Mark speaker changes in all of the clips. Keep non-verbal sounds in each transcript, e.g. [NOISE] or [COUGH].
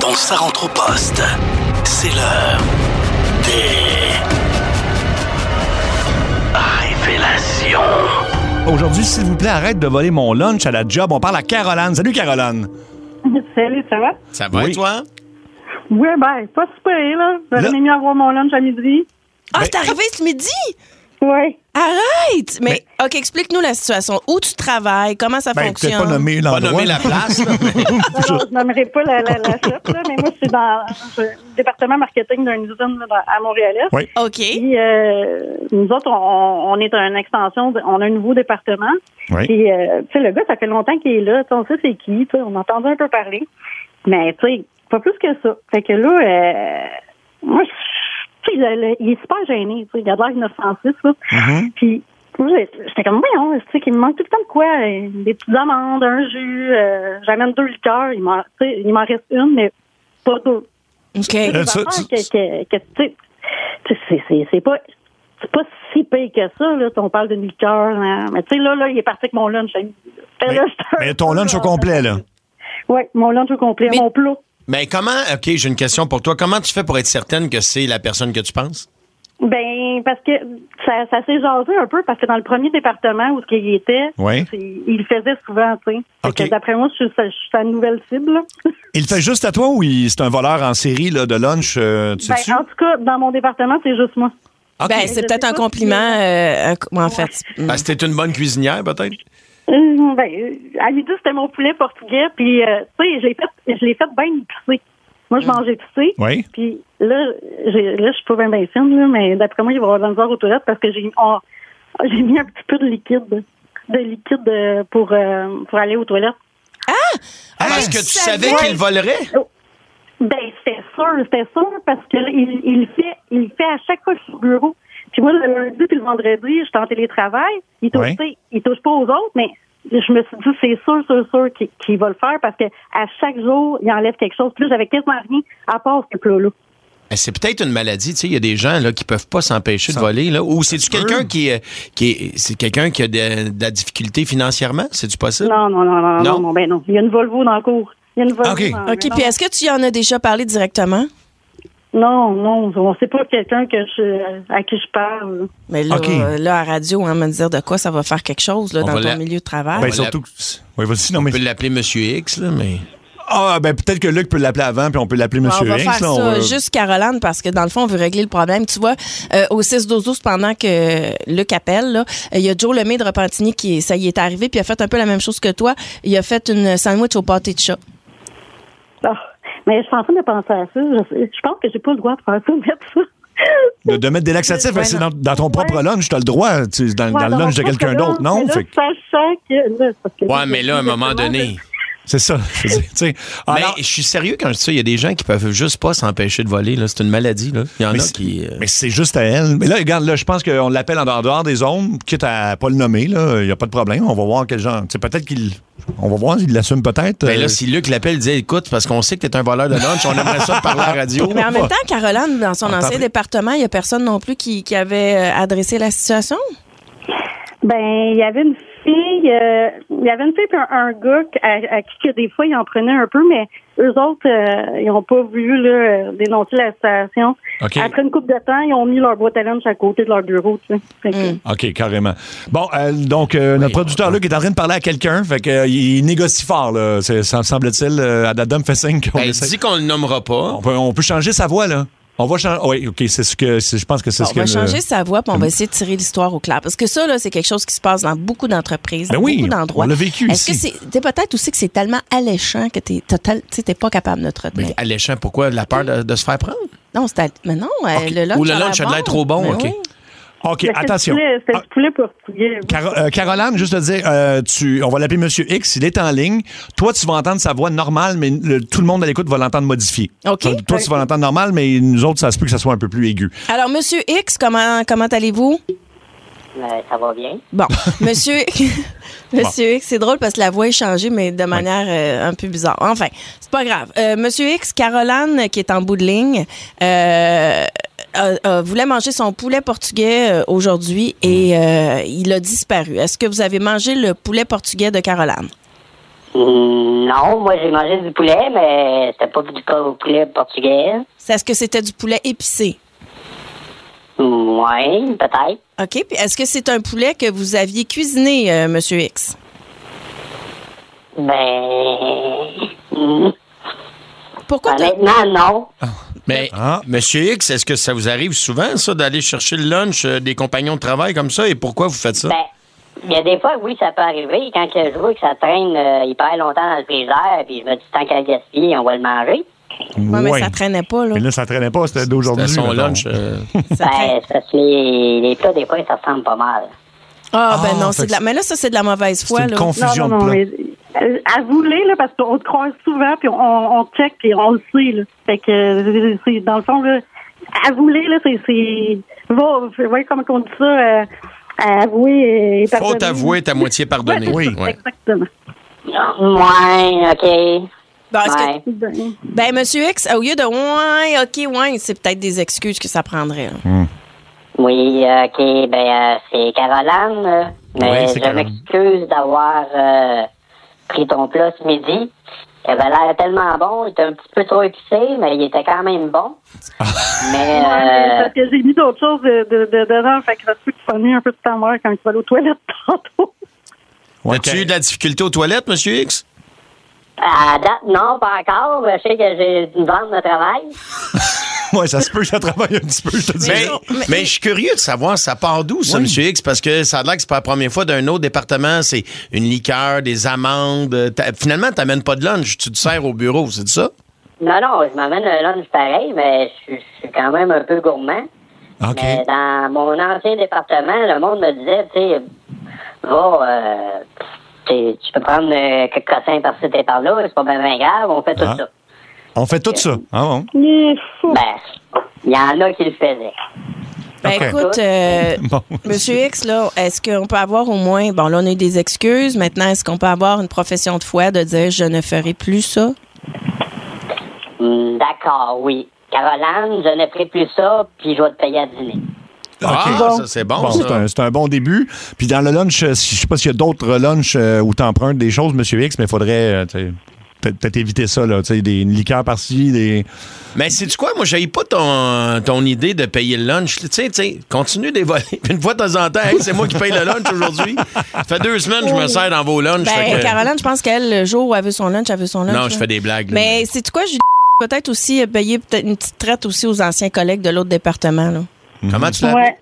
Speaker 1: Quand ça rentre au poste, c'est l'heure des révélations.
Speaker 2: Aujourd'hui, s'il vous plaît, arrête de voler mon lunch à la job. On parle à Caroline. Salut, Caroline.
Speaker 3: Salut, ça va?
Speaker 4: Ça va,
Speaker 2: Oui.
Speaker 4: toi?
Speaker 3: Oui, ben, pas super, là. J'aurais
Speaker 2: Là-
Speaker 3: aimé mieux avoir mon lunch à midi.
Speaker 5: Ah, c'est arrivé ce midi?
Speaker 3: Oui.
Speaker 5: Arrête! Mais, OK, explique-nous la situation. Où tu travailles? Comment ça
Speaker 2: Ben, peut-être
Speaker 5: fonctionne?
Speaker 2: pas nommé
Speaker 4: Pas
Speaker 2: l'endroit.
Speaker 4: nommer la place, là, mais
Speaker 3: Alors, je nommerai pas la, la, la shop, là, mais moi, c'est dans le département marketing d'une usine là, dans- à Montréal-Est.
Speaker 2: Oui.
Speaker 5: OK.
Speaker 3: Puis, euh, nous autres, on, on est une extension, de- on a un nouveau département.
Speaker 2: [LAUGHS] Oui.
Speaker 3: Puis, euh, tu sais, le gars, ça fait longtemps qu'il est là. Tu sais, on sait c'est qui. tu sais, On a entendu un peu parler. Mais, tu sais, pas plus que ça. Fait que là, euh, moi, je- tu sais, le- le- il est super gêné. Tu sais, il a de l'air inoffensif, là. Puis, moi, j'ai- j'étais comme, voyons, tu sais, qu'il me manque tout le temps de quoi? euh, Des petites amandes, un jus, euh, j'amène deux liqueurs. Il m'en tu sais, il m'en reste une, mais pas deux.
Speaker 5: OK.
Speaker 3: C'est des
Speaker 2: Euh, ça,
Speaker 3: affaires
Speaker 2: tu-
Speaker 3: que- que- que, tu sais, tu sais, c'est- c'est- c'est pas. C'est pas si pire que ça, là. On parle d'une liqueur, hein. Mais tu sais, là, là, il est parti avec mon lunch. Fait
Speaker 2: Mais,
Speaker 3: là, c'est un
Speaker 2: mais ton
Speaker 3: peu,
Speaker 2: lunch au
Speaker 3: euh,
Speaker 2: complet, là.
Speaker 3: Ouais, mon lunch au complet,
Speaker 5: Mais-
Speaker 3: mon plat.
Speaker 4: Mais comment, OK, j'ai une question pour toi. Comment tu fais pour être certaine que c'est la personne que tu penses?
Speaker 3: Ben, parce que ça, ça s'est jasé un peu, parce que dans le premier département où il était,
Speaker 2: Ouais.
Speaker 3: c'est- il le faisait souvent, tu sais. Fait que
Speaker 4: Ok.
Speaker 3: D'après moi, je suis, sa- je suis sa nouvelle cible, là.
Speaker 2: Il le fait juste à toi ou il- c'est un voleur en série là, de lunch, euh, tu
Speaker 3: Ben,
Speaker 2: sais-tu?
Speaker 3: en tout cas, dans mon département, c'est juste moi.
Speaker 2: OK. Ben,
Speaker 5: Ben, c'est peut-être un compliment, euh, un co- en fait.
Speaker 4: Parce que t'es une bonne cuisinière, peut-être?
Speaker 3: Euh, ben, euh, à midi, c'était mon poulet portugais, puis, euh, tu sais, je l'ai fait, je l'ai fait bien épicé. Moi, je mangeais épicé.
Speaker 2: Oui.
Speaker 3: Puis là, j'ai- là, je suis pas bien bien fine, là, mais d'après moi, il va y avoir de la misère aux toilettes parce que j'ai oh, j'ai mis un petit peu de liquide, de liquide euh, pour, euh, pour aller aux toilettes.
Speaker 4: Ah, parce
Speaker 2: Hein?
Speaker 4: que tu
Speaker 5: Je
Speaker 4: savais
Speaker 5: savais.
Speaker 4: qu'il volerait?
Speaker 3: Ben, c'était sûr, c'était sûr, parce que là, il, il le fait, il le fait à chaque fois que je suis au bureau. Puis moi, le lundi puis le vendredi, je suis en télétravail. Il touche,
Speaker 2: Ouais.
Speaker 3: tu sais, il touche pas aux autres, mais je me suis dit, c'est sûr, sûr, sûr qu'il qu'il va le faire parce que à chaque jour, il enlève quelque chose. Puis là, j'avais quasiment rien à part ce plat-là.
Speaker 4: Eh, C'est peut-être une maladie, tu sais, il y a des gens là, qui peuvent pas s'empêcher de voler. Là. Ou c'est-tu quelqu'un qui, euh, qui est- c'est quelqu'un qui a de, de la difficulté financièrement? C'est-tu possible?
Speaker 3: Non, non, non, non, non,
Speaker 4: Non.
Speaker 3: non, ben non. Il y a une Volvo dans le cours. Il y a une Volvo.
Speaker 4: OK.
Speaker 3: dans-
Speaker 5: OK,
Speaker 3: Ah, non,
Speaker 5: puis est-ce que tu y en as déjà parlé directement?
Speaker 3: Non, non, on sait pas quelqu'un que je, à qui je parle.
Speaker 5: Mais là,
Speaker 2: OK.
Speaker 5: euh, là à radio, hein, me dire de quoi ça va faire quelque chose là,
Speaker 4: On
Speaker 5: dans
Speaker 4: va
Speaker 5: ton
Speaker 4: la-
Speaker 5: milieu de travail.
Speaker 2: Ben,
Speaker 4: On
Speaker 2: surtout que... Oui, vas-y, non,
Speaker 4: On
Speaker 2: mais...
Speaker 4: peut l'appeler Monsieur X, là, mais.
Speaker 2: Ah, ben, peut-être que Luc peut l'appeler avant, puis on peut l'appeler
Speaker 5: Ouais,
Speaker 2: Monsieur
Speaker 5: on va
Speaker 2: Hinks,
Speaker 5: faire
Speaker 2: là,
Speaker 5: ça
Speaker 2: on va-
Speaker 5: juste Caroline parce que dans le fond, on veut régler le problème. Tu vois, euh, au 6-12-12, pendant que euh, Luc appelle, là, euh, il y a Joe Lemay de Repentigny qui, est- ça y est arrivé, puis il a fait un peu la même chose que toi. Il a fait une sandwich au pâté de chat.
Speaker 3: Ah, mais je suis en train de penser à ça. Je, sais- je pense que j'ai pas le droit de faire ça, mettre ça.
Speaker 2: de, de mettre des laxatifs.
Speaker 5: Ouais, ben,
Speaker 2: Fait que c'est
Speaker 5: non.
Speaker 2: dans, dans ton propre lunch, tu as le droit, tu sais, dans, dans le lunch de quelqu'un d'autre, non? Fait que
Speaker 3: Sachant que. là, parce que-
Speaker 4: Ouais, mais là, à un moment donné.
Speaker 2: c'est ça. je veux dire, tu sais. Alors-
Speaker 4: mais je suis sérieux quand je dis ça, il y a des gens qui peuvent juste pas s'empêcher de voler. là. C'est une maladie. Là. Il y en
Speaker 2: Mais
Speaker 4: a
Speaker 2: c'est-
Speaker 4: qui. euh,
Speaker 2: Mais c'est juste à elle. Mais là, regarde, là, je pense qu'on l'appelle en dehors des zones, quitte à pas le nommer, là. Il n'y a pas de problème. On va voir quel genre. Tu sais, peut-être qu'il. On va voir, il l'assume peut-être.
Speaker 4: Ben
Speaker 2: euh,
Speaker 4: là, si Luc l'appelle, dit écoute, parce qu'on sait que t'es un voleur de lunch, on aimerait ça te parler à la radio.
Speaker 5: Mais en même temps, Caroline, dans son
Speaker 2: Oh, bah. Attends,
Speaker 5: ancien
Speaker 2: mais-
Speaker 5: département, il n'y a personne non plus qui, qui avait euh, adressé la situation.
Speaker 3: Ben, il y avait une fille, euh, il y avait une fille et un, un gars qui- à, à qui que des fois ils en prenaient un peu, mais eux autres, euh, ils ont pas voulu là, euh, dénoncer la situation.
Speaker 2: OK.
Speaker 3: Après une coupe de temps, ils ont mis leur boîte à lunch à côté de leur bureau, tu sais. Fait
Speaker 4: Hmm.
Speaker 3: que-
Speaker 2: OK, carrément. Bon, euh, donc, euh, notre producteur Luc est en train de parler à quelqu'un. Fait que, euh, il négocie fort, là. C'est- Ça me semble-t-il. euh, Adam fait signe qu'on
Speaker 5: Ben,
Speaker 4: Elle
Speaker 2: essaie-
Speaker 4: dit Ben, qu'on le nommera pas.
Speaker 2: On peut, on peut changer sa voix, là. On va changer. Oui, OK, c'est ce que. c'est- Je pense que c'est
Speaker 5: Bon,
Speaker 2: ce euh,
Speaker 5: on
Speaker 2: que.
Speaker 5: va
Speaker 2: le-
Speaker 5: changer sa voix, puis on va essayer de tirer l'histoire au clair. Parce que ça, là, c'est quelque chose qui se passe dans beaucoup d'entreprises,
Speaker 2: Ben
Speaker 5: dans
Speaker 2: oui,
Speaker 5: beaucoup d'endroits.
Speaker 2: on l'a vécu
Speaker 5: Est-ce que
Speaker 2: ici.
Speaker 5: c'est t'sais, peut-être aussi que c'est tellement alléchant que t'es t'as tel- t'sais, t'es pas capable de te retenir.
Speaker 2: Ben,
Speaker 4: Mais alléchant, pourquoi la peur de, de se faire prendre?
Speaker 5: non, c'est à- mais non, euh,
Speaker 4: OK.
Speaker 5: le lunch
Speaker 4: Ou le
Speaker 5: a l'air
Speaker 4: lunch a de l'air
Speaker 5: bon.
Speaker 4: trop bon,
Speaker 5: Mais
Speaker 4: OK.
Speaker 5: oui.
Speaker 2: OK,
Speaker 3: C'était du
Speaker 2: attention.
Speaker 3: poulet- C'était
Speaker 2: Ah,
Speaker 3: du poulet portugais.
Speaker 2: Caro- euh, Caroline, juste te dire, euh, tu, on va l'appeler Monsieur X, il est en ligne. Toi, tu vas entendre sa voix normale, mais le- tout le monde à l'écoute va l'entendre modifiée.
Speaker 5: OK.
Speaker 2: Donc, toi, tu vas l'entendre normale, mais nous autres, ça se peut que ça soit un peu plus aigu.
Speaker 5: Alors, Monsieur X, comment, comment allez-vous?
Speaker 6: Euh, ça va bien.
Speaker 4: [LAUGHS]
Speaker 5: Bon, Monsieur, [LAUGHS] Monsieur X, c'est drôle parce que la voix est changée, mais de manière euh, un peu bizarre. Enfin, c'est pas grave. Euh, Monsieur X, Caroline, euh, qui est en bout de ligne, euh, a- a- voulait manger son poulet portugais euh, aujourd'hui
Speaker 4: Mm.
Speaker 5: et euh, il a disparu. Est-ce que vous avez mangé le poulet portugais de Caroline?
Speaker 6: Hum, Non, moi j'ai mangé du poulet, mais c'était pas du po- poulet portugais.
Speaker 5: C'est- Est-ce que c'était du poulet épicé?
Speaker 6: Hum, Ouais, peut-être.
Speaker 5: OK. Puis est-ce que c'est un poulet que vous aviez cuisiné, euh, Monsieur X?
Speaker 6: Ben. hum,
Speaker 5: Pourquoi t'as-
Speaker 6: Honnêtement, non.
Speaker 4: Mais,
Speaker 2: Ah.
Speaker 4: Monsieur X, est-ce que ça vous arrive souvent, ça, d'aller chercher le lunch euh, des compagnons de travail comme ça? Et pourquoi vous faites ça?
Speaker 6: Ben, il y a des fois, oui, ça peut arriver. Quand que je vois que ça traîne euh, hyper longtemps dans le frigidaire, puis je me dis tant qu'à le gaspiller, on va le manger.
Speaker 5: Ouais, mais
Speaker 2: Ouais.
Speaker 5: ça traînait pas, là.
Speaker 2: Mais là, ça traînait pas, c'était d'aujourd'hui.
Speaker 4: C'était son
Speaker 2: mettons.
Speaker 4: lunch. euh,
Speaker 5: Ça traînait-
Speaker 6: Ben, c'est parce que les, les plats, des fois, ça ressemble pas mal.
Speaker 5: Ah,
Speaker 2: Ah,
Speaker 5: ben non,
Speaker 2: fait
Speaker 5: c'est de la...
Speaker 2: que-
Speaker 5: Mais là, ça, c'est de la mauvaise foi,
Speaker 2: C'est une
Speaker 5: là.
Speaker 2: confusion
Speaker 3: non, non,
Speaker 2: de plats.
Speaker 3: mais euh, avouez-les, là, parce qu'on te croise souvent, puis on, on check, puis on le sait, là. Fait que, euh, c'est- dans le fond, là, avouez-les, là, c'est- c'est... Va, voyez comment on dit ça, euh, avouer euh, et
Speaker 4: Faut t'avouer, ta moitié pardonnée.
Speaker 2: Oui.
Speaker 4: Ouais.
Speaker 3: Exactement.
Speaker 6: Ouais, OK.
Speaker 5: Bon, est-ce que-
Speaker 6: Ouais.
Speaker 3: Ben,
Speaker 5: Ben, Monsieur X, au lieu de ouais, OK, ouais, c'est peut-être des excuses que ça prendrait. là.
Speaker 6: Oui, euh, OK. Ben, euh, c'est Caroline. euh, Mais
Speaker 4: Oui, c'est
Speaker 6: je
Speaker 4: Caroline.
Speaker 6: m'excuse d'avoir euh, pris ton plat ce midi. Il avait l'air tellement bon. Il était un petit peu trop épicé, mais il était quand
Speaker 4: [LAUGHS]
Speaker 6: même bon.
Speaker 3: Ouais,
Speaker 6: mais...
Speaker 3: mais
Speaker 6: euh,
Speaker 3: parce que j'ai mis d'autres choses de, de, de- dedans, fait que ça se peut que tu prenais un peu de ta mère quand tu vas aller aux toilettes [LAUGHS] tantôt.
Speaker 2: Ouais,
Speaker 4: As-tu
Speaker 2: t'as-
Speaker 4: eu de la difficulté aux toilettes, Monsieur X?
Speaker 6: À date, non, pas encore. Je sais que j'ai une vente de travail.
Speaker 2: [LAUGHS] Ouais, ça se peut que ça travaille un petit peu, je te dis.
Speaker 4: Mais,
Speaker 5: non,
Speaker 4: mais,
Speaker 5: mais-
Speaker 4: je suis curieux de savoir, ça part d'où, ça,
Speaker 2: Oui.
Speaker 4: Monsieur X? Parce que ça a l'air que c'est pas la première fois d'un autre département. C'est une liqueur, des amandes. euh, t'a- Finalement, t'amènes pas de lunch, tu te sers au bureau, c'est ça?
Speaker 6: Non, non, je m'amène un lunch pareil, mais je, suis- je suis quand même un peu gourmand.
Speaker 2: OK.
Speaker 6: Mais dans mon ancien département, le monde me disait, tu sais, va, euh, tu sais, tu peux prendre euh, quelques cossins par-ci et par-là, c'est pas bien bien grave, on fait
Speaker 2: Ah.
Speaker 6: tout ça.
Speaker 2: On fait tout ça. Ah bon?
Speaker 3: Mais fou.
Speaker 6: Ben, il y en a qui le faisaient.
Speaker 5: Ben,
Speaker 2: Ok.
Speaker 5: écoute, euh,
Speaker 2: Bon.
Speaker 5: Monsieur X, là, est-ce qu'on peut avoir au moins, bon, là, on a eu des excuses. Maintenant, est-ce qu'on peut avoir une profession de foi de dire je ne ferai plus ça?
Speaker 6: Hum, D'accord, oui. Caroline, je ne ferai plus ça, puis je vais te payer à dîner.
Speaker 4: Ah,
Speaker 2: OK.
Speaker 4: ça, c'est bon,
Speaker 2: Bon,
Speaker 4: ça.
Speaker 2: c'est un, c'est un bon début. Puis dans le lunch, euh, si- je sais pas s'il y a d'autres lunchs euh, où t'empruntes des choses, Monsieur X, mais il faudrait euh, tu sais, peut- peut-être éviter ça, là. Tu sais, des une liqueur par-ci, des. [LAUGHS]
Speaker 4: Mais c'est du quoi? Moi, j'ai pas ton, ton idée de payer le lunch. Tu sais, tu sais, continue d'évoluer. [LAUGHS] Une fois de temps en temps, Hey, c'est moi qui paye le lunch aujourd'hui. Ça fait deux semaines que je me sers dans vos lunchs. fait
Speaker 5: Ben,
Speaker 4: que-
Speaker 5: Caroline, je pense qu'elle, le jour où elle veut son lunch, elle veut son lunch.
Speaker 4: non, je
Speaker 5: là.
Speaker 4: fais des blagues. là.
Speaker 5: Mais c'est quoi, Julie? Peut-être aussi euh, payer peut-être une petite traite aussi aux anciens collègues de l'autre département. Là.
Speaker 4: Comment tu l'as?
Speaker 3: Ouais.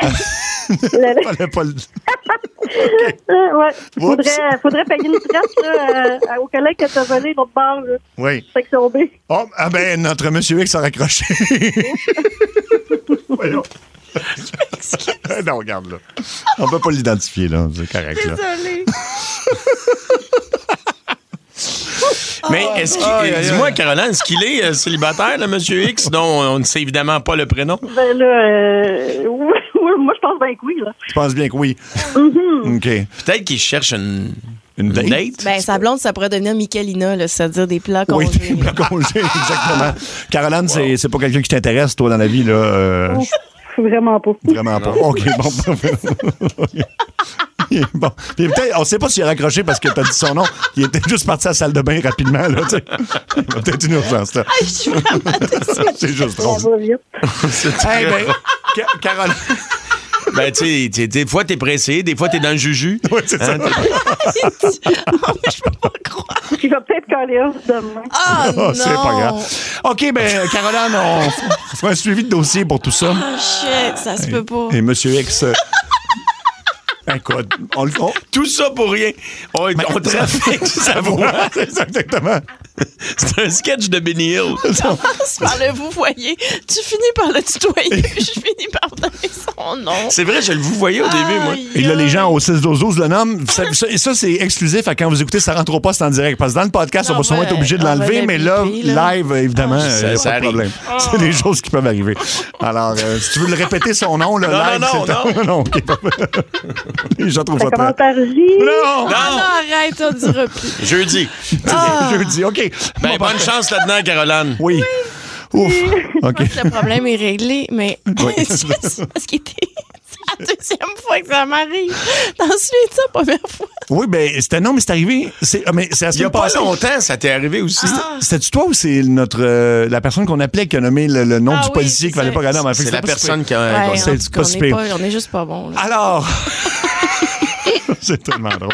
Speaker 3: Le-
Speaker 2: Fallait pas le-
Speaker 3: le- Euh, ouais.
Speaker 2: Oups.
Speaker 3: Faudrait, faudrait payer une traite là, euh, aux collègues que t'as volé l'autre bord, là,
Speaker 2: Oui.
Speaker 3: section B.
Speaker 2: Oh, ah ben, notre Monsieur X a raccroché. [LAUGHS] Voyons. non, regarde, là. On peut pas l'identifier, là. C'est correct, là.
Speaker 4: Mais est-ce qu'il.
Speaker 2: aïe, aïe.
Speaker 4: Dis-moi, Caroline, est-ce qu'il est euh, célibataire, le monsieur X, dont on ne sait évidemment pas le prénom?
Speaker 3: Ben là, euh, [LAUGHS] oui, oui, moi je pense bien que oui, là.
Speaker 2: Je pense bien que oui. OK.
Speaker 4: Peut-être qu'il cherche une,
Speaker 2: Une
Speaker 4: une
Speaker 2: date?
Speaker 4: date.
Speaker 5: Ben, sa blonde, ça pourrait devenir Michelina, là, c'est-à-dire des plats
Speaker 2: Oui,
Speaker 5: congelés.
Speaker 2: [LAUGHS] des plats congelés, exactement. Caroline, c'est- c'est pas quelqu'un qui t'intéresse, toi, dans la vie, là. euh,
Speaker 3: Vraiment pas.
Speaker 2: Vraiment pas. OK, bon. [LAUGHS] parfait. Il est bon. Puis peut-être, on sait pas s'il a raccroché parce que t'as dit son nom. Il était juste parti à la salle de bain rapidement, là, tu sais. Il y a peut-être une urgence, là. C'est juste
Speaker 3: Ça
Speaker 2: drôle.
Speaker 3: va vite.
Speaker 2: Eh ben, Ca- Caroline. [LAUGHS]
Speaker 4: Ben, tu sais, tu sais, des fois, t'es pressé, des fois, t'es dans le juju.
Speaker 2: Oui, c'est ça.
Speaker 3: Il va peut-être coller off demain.
Speaker 5: Ah,
Speaker 2: Ah,
Speaker 5: non!
Speaker 2: c'est pas grave. OK, ben, Caroline, on, f- on fera un suivi de dossier pour tout ça.
Speaker 5: Ah, shit, ça se peut pas.
Speaker 2: Et
Speaker 5: [LAUGHS]
Speaker 2: Monsieur X. euh, Écoute, on le on-
Speaker 4: Tout ça pour rien. On, on [LAUGHS] trafique sa voix.
Speaker 2: [LAUGHS] C'est ça, exactement.
Speaker 4: C'est un sketch de Benny Hill.
Speaker 5: commence par le vous voyez. Tu finis par le tutoyer. je finis par donner son nom.
Speaker 4: C'est vrai, je le vous voyais au début, moi.
Speaker 5: Aïe,
Speaker 2: Et là, les
Speaker 5: aïe.
Speaker 2: gens au 6 12 12 le nomment. Ça, ça- et ça, c'est exclusif à quand vous écoutez Ça rentre au poste en direct. Parce que dans le podcast,
Speaker 4: Ah
Speaker 5: Non,
Speaker 2: on va sûrement
Speaker 5: ouais,
Speaker 2: être obligé de
Speaker 5: on va
Speaker 2: l'enlever,
Speaker 5: le
Speaker 2: mais là,
Speaker 5: biper, là.
Speaker 2: live, évidemment,
Speaker 5: Ah,
Speaker 2: euh,
Speaker 4: ça
Speaker 2: pas de
Speaker 4: arrive.
Speaker 2: problème. C'est des choses qui peuvent arriver. Alors, euh, si tu veux le répéter son nom, le
Speaker 4: Non, non,
Speaker 2: live,
Speaker 4: non,
Speaker 2: c'est non, ok, parfait. [LAUGHS] Les gens trouvent
Speaker 3: Ça
Speaker 2: ça
Speaker 3: commence
Speaker 2: très-
Speaker 3: par J.
Speaker 2: Non!
Speaker 5: Ah non, arrête, on dira plus.
Speaker 4: Jeudi.
Speaker 2: [LAUGHS] Jeudi, OK.
Speaker 4: Ah. Ben, bonne chance là-dedans, Caroline.
Speaker 2: Oui. Ouf. OK.
Speaker 5: Je pense que le problème est réglé, mais
Speaker 2: [LAUGHS]
Speaker 5: [LAUGHS]
Speaker 2: Oui.
Speaker 5: c'est parce qu'il était. la deuxième fois que ça m'arrive. T'en souviens de ça, première fois?
Speaker 2: Oui, ben, c'était non, mais c'est arrivé. C'est, ah, mais c'est la
Speaker 4: Il y a
Speaker 2: semaine
Speaker 4: pas
Speaker 2: passée.
Speaker 4: longtemps, ça t'est arrivé aussi.
Speaker 5: Ah.
Speaker 2: C'était-tu toi ou c'est notre, euh, la personne qu'on appelait qui a nommé le, le nom
Speaker 5: Ah
Speaker 2: du
Speaker 5: oui,
Speaker 2: policier qu'il fallait
Speaker 5: c'est-
Speaker 2: pas regarder en ma
Speaker 4: C'est la personne qui a.
Speaker 5: Ouais,
Speaker 2: c'est
Speaker 5: en tout cas,
Speaker 2: pas
Speaker 5: on
Speaker 2: si
Speaker 5: est
Speaker 2: pire.
Speaker 5: pas- on est juste pas bon.
Speaker 2: Alors. [LAUGHS] c'est tellement drôle.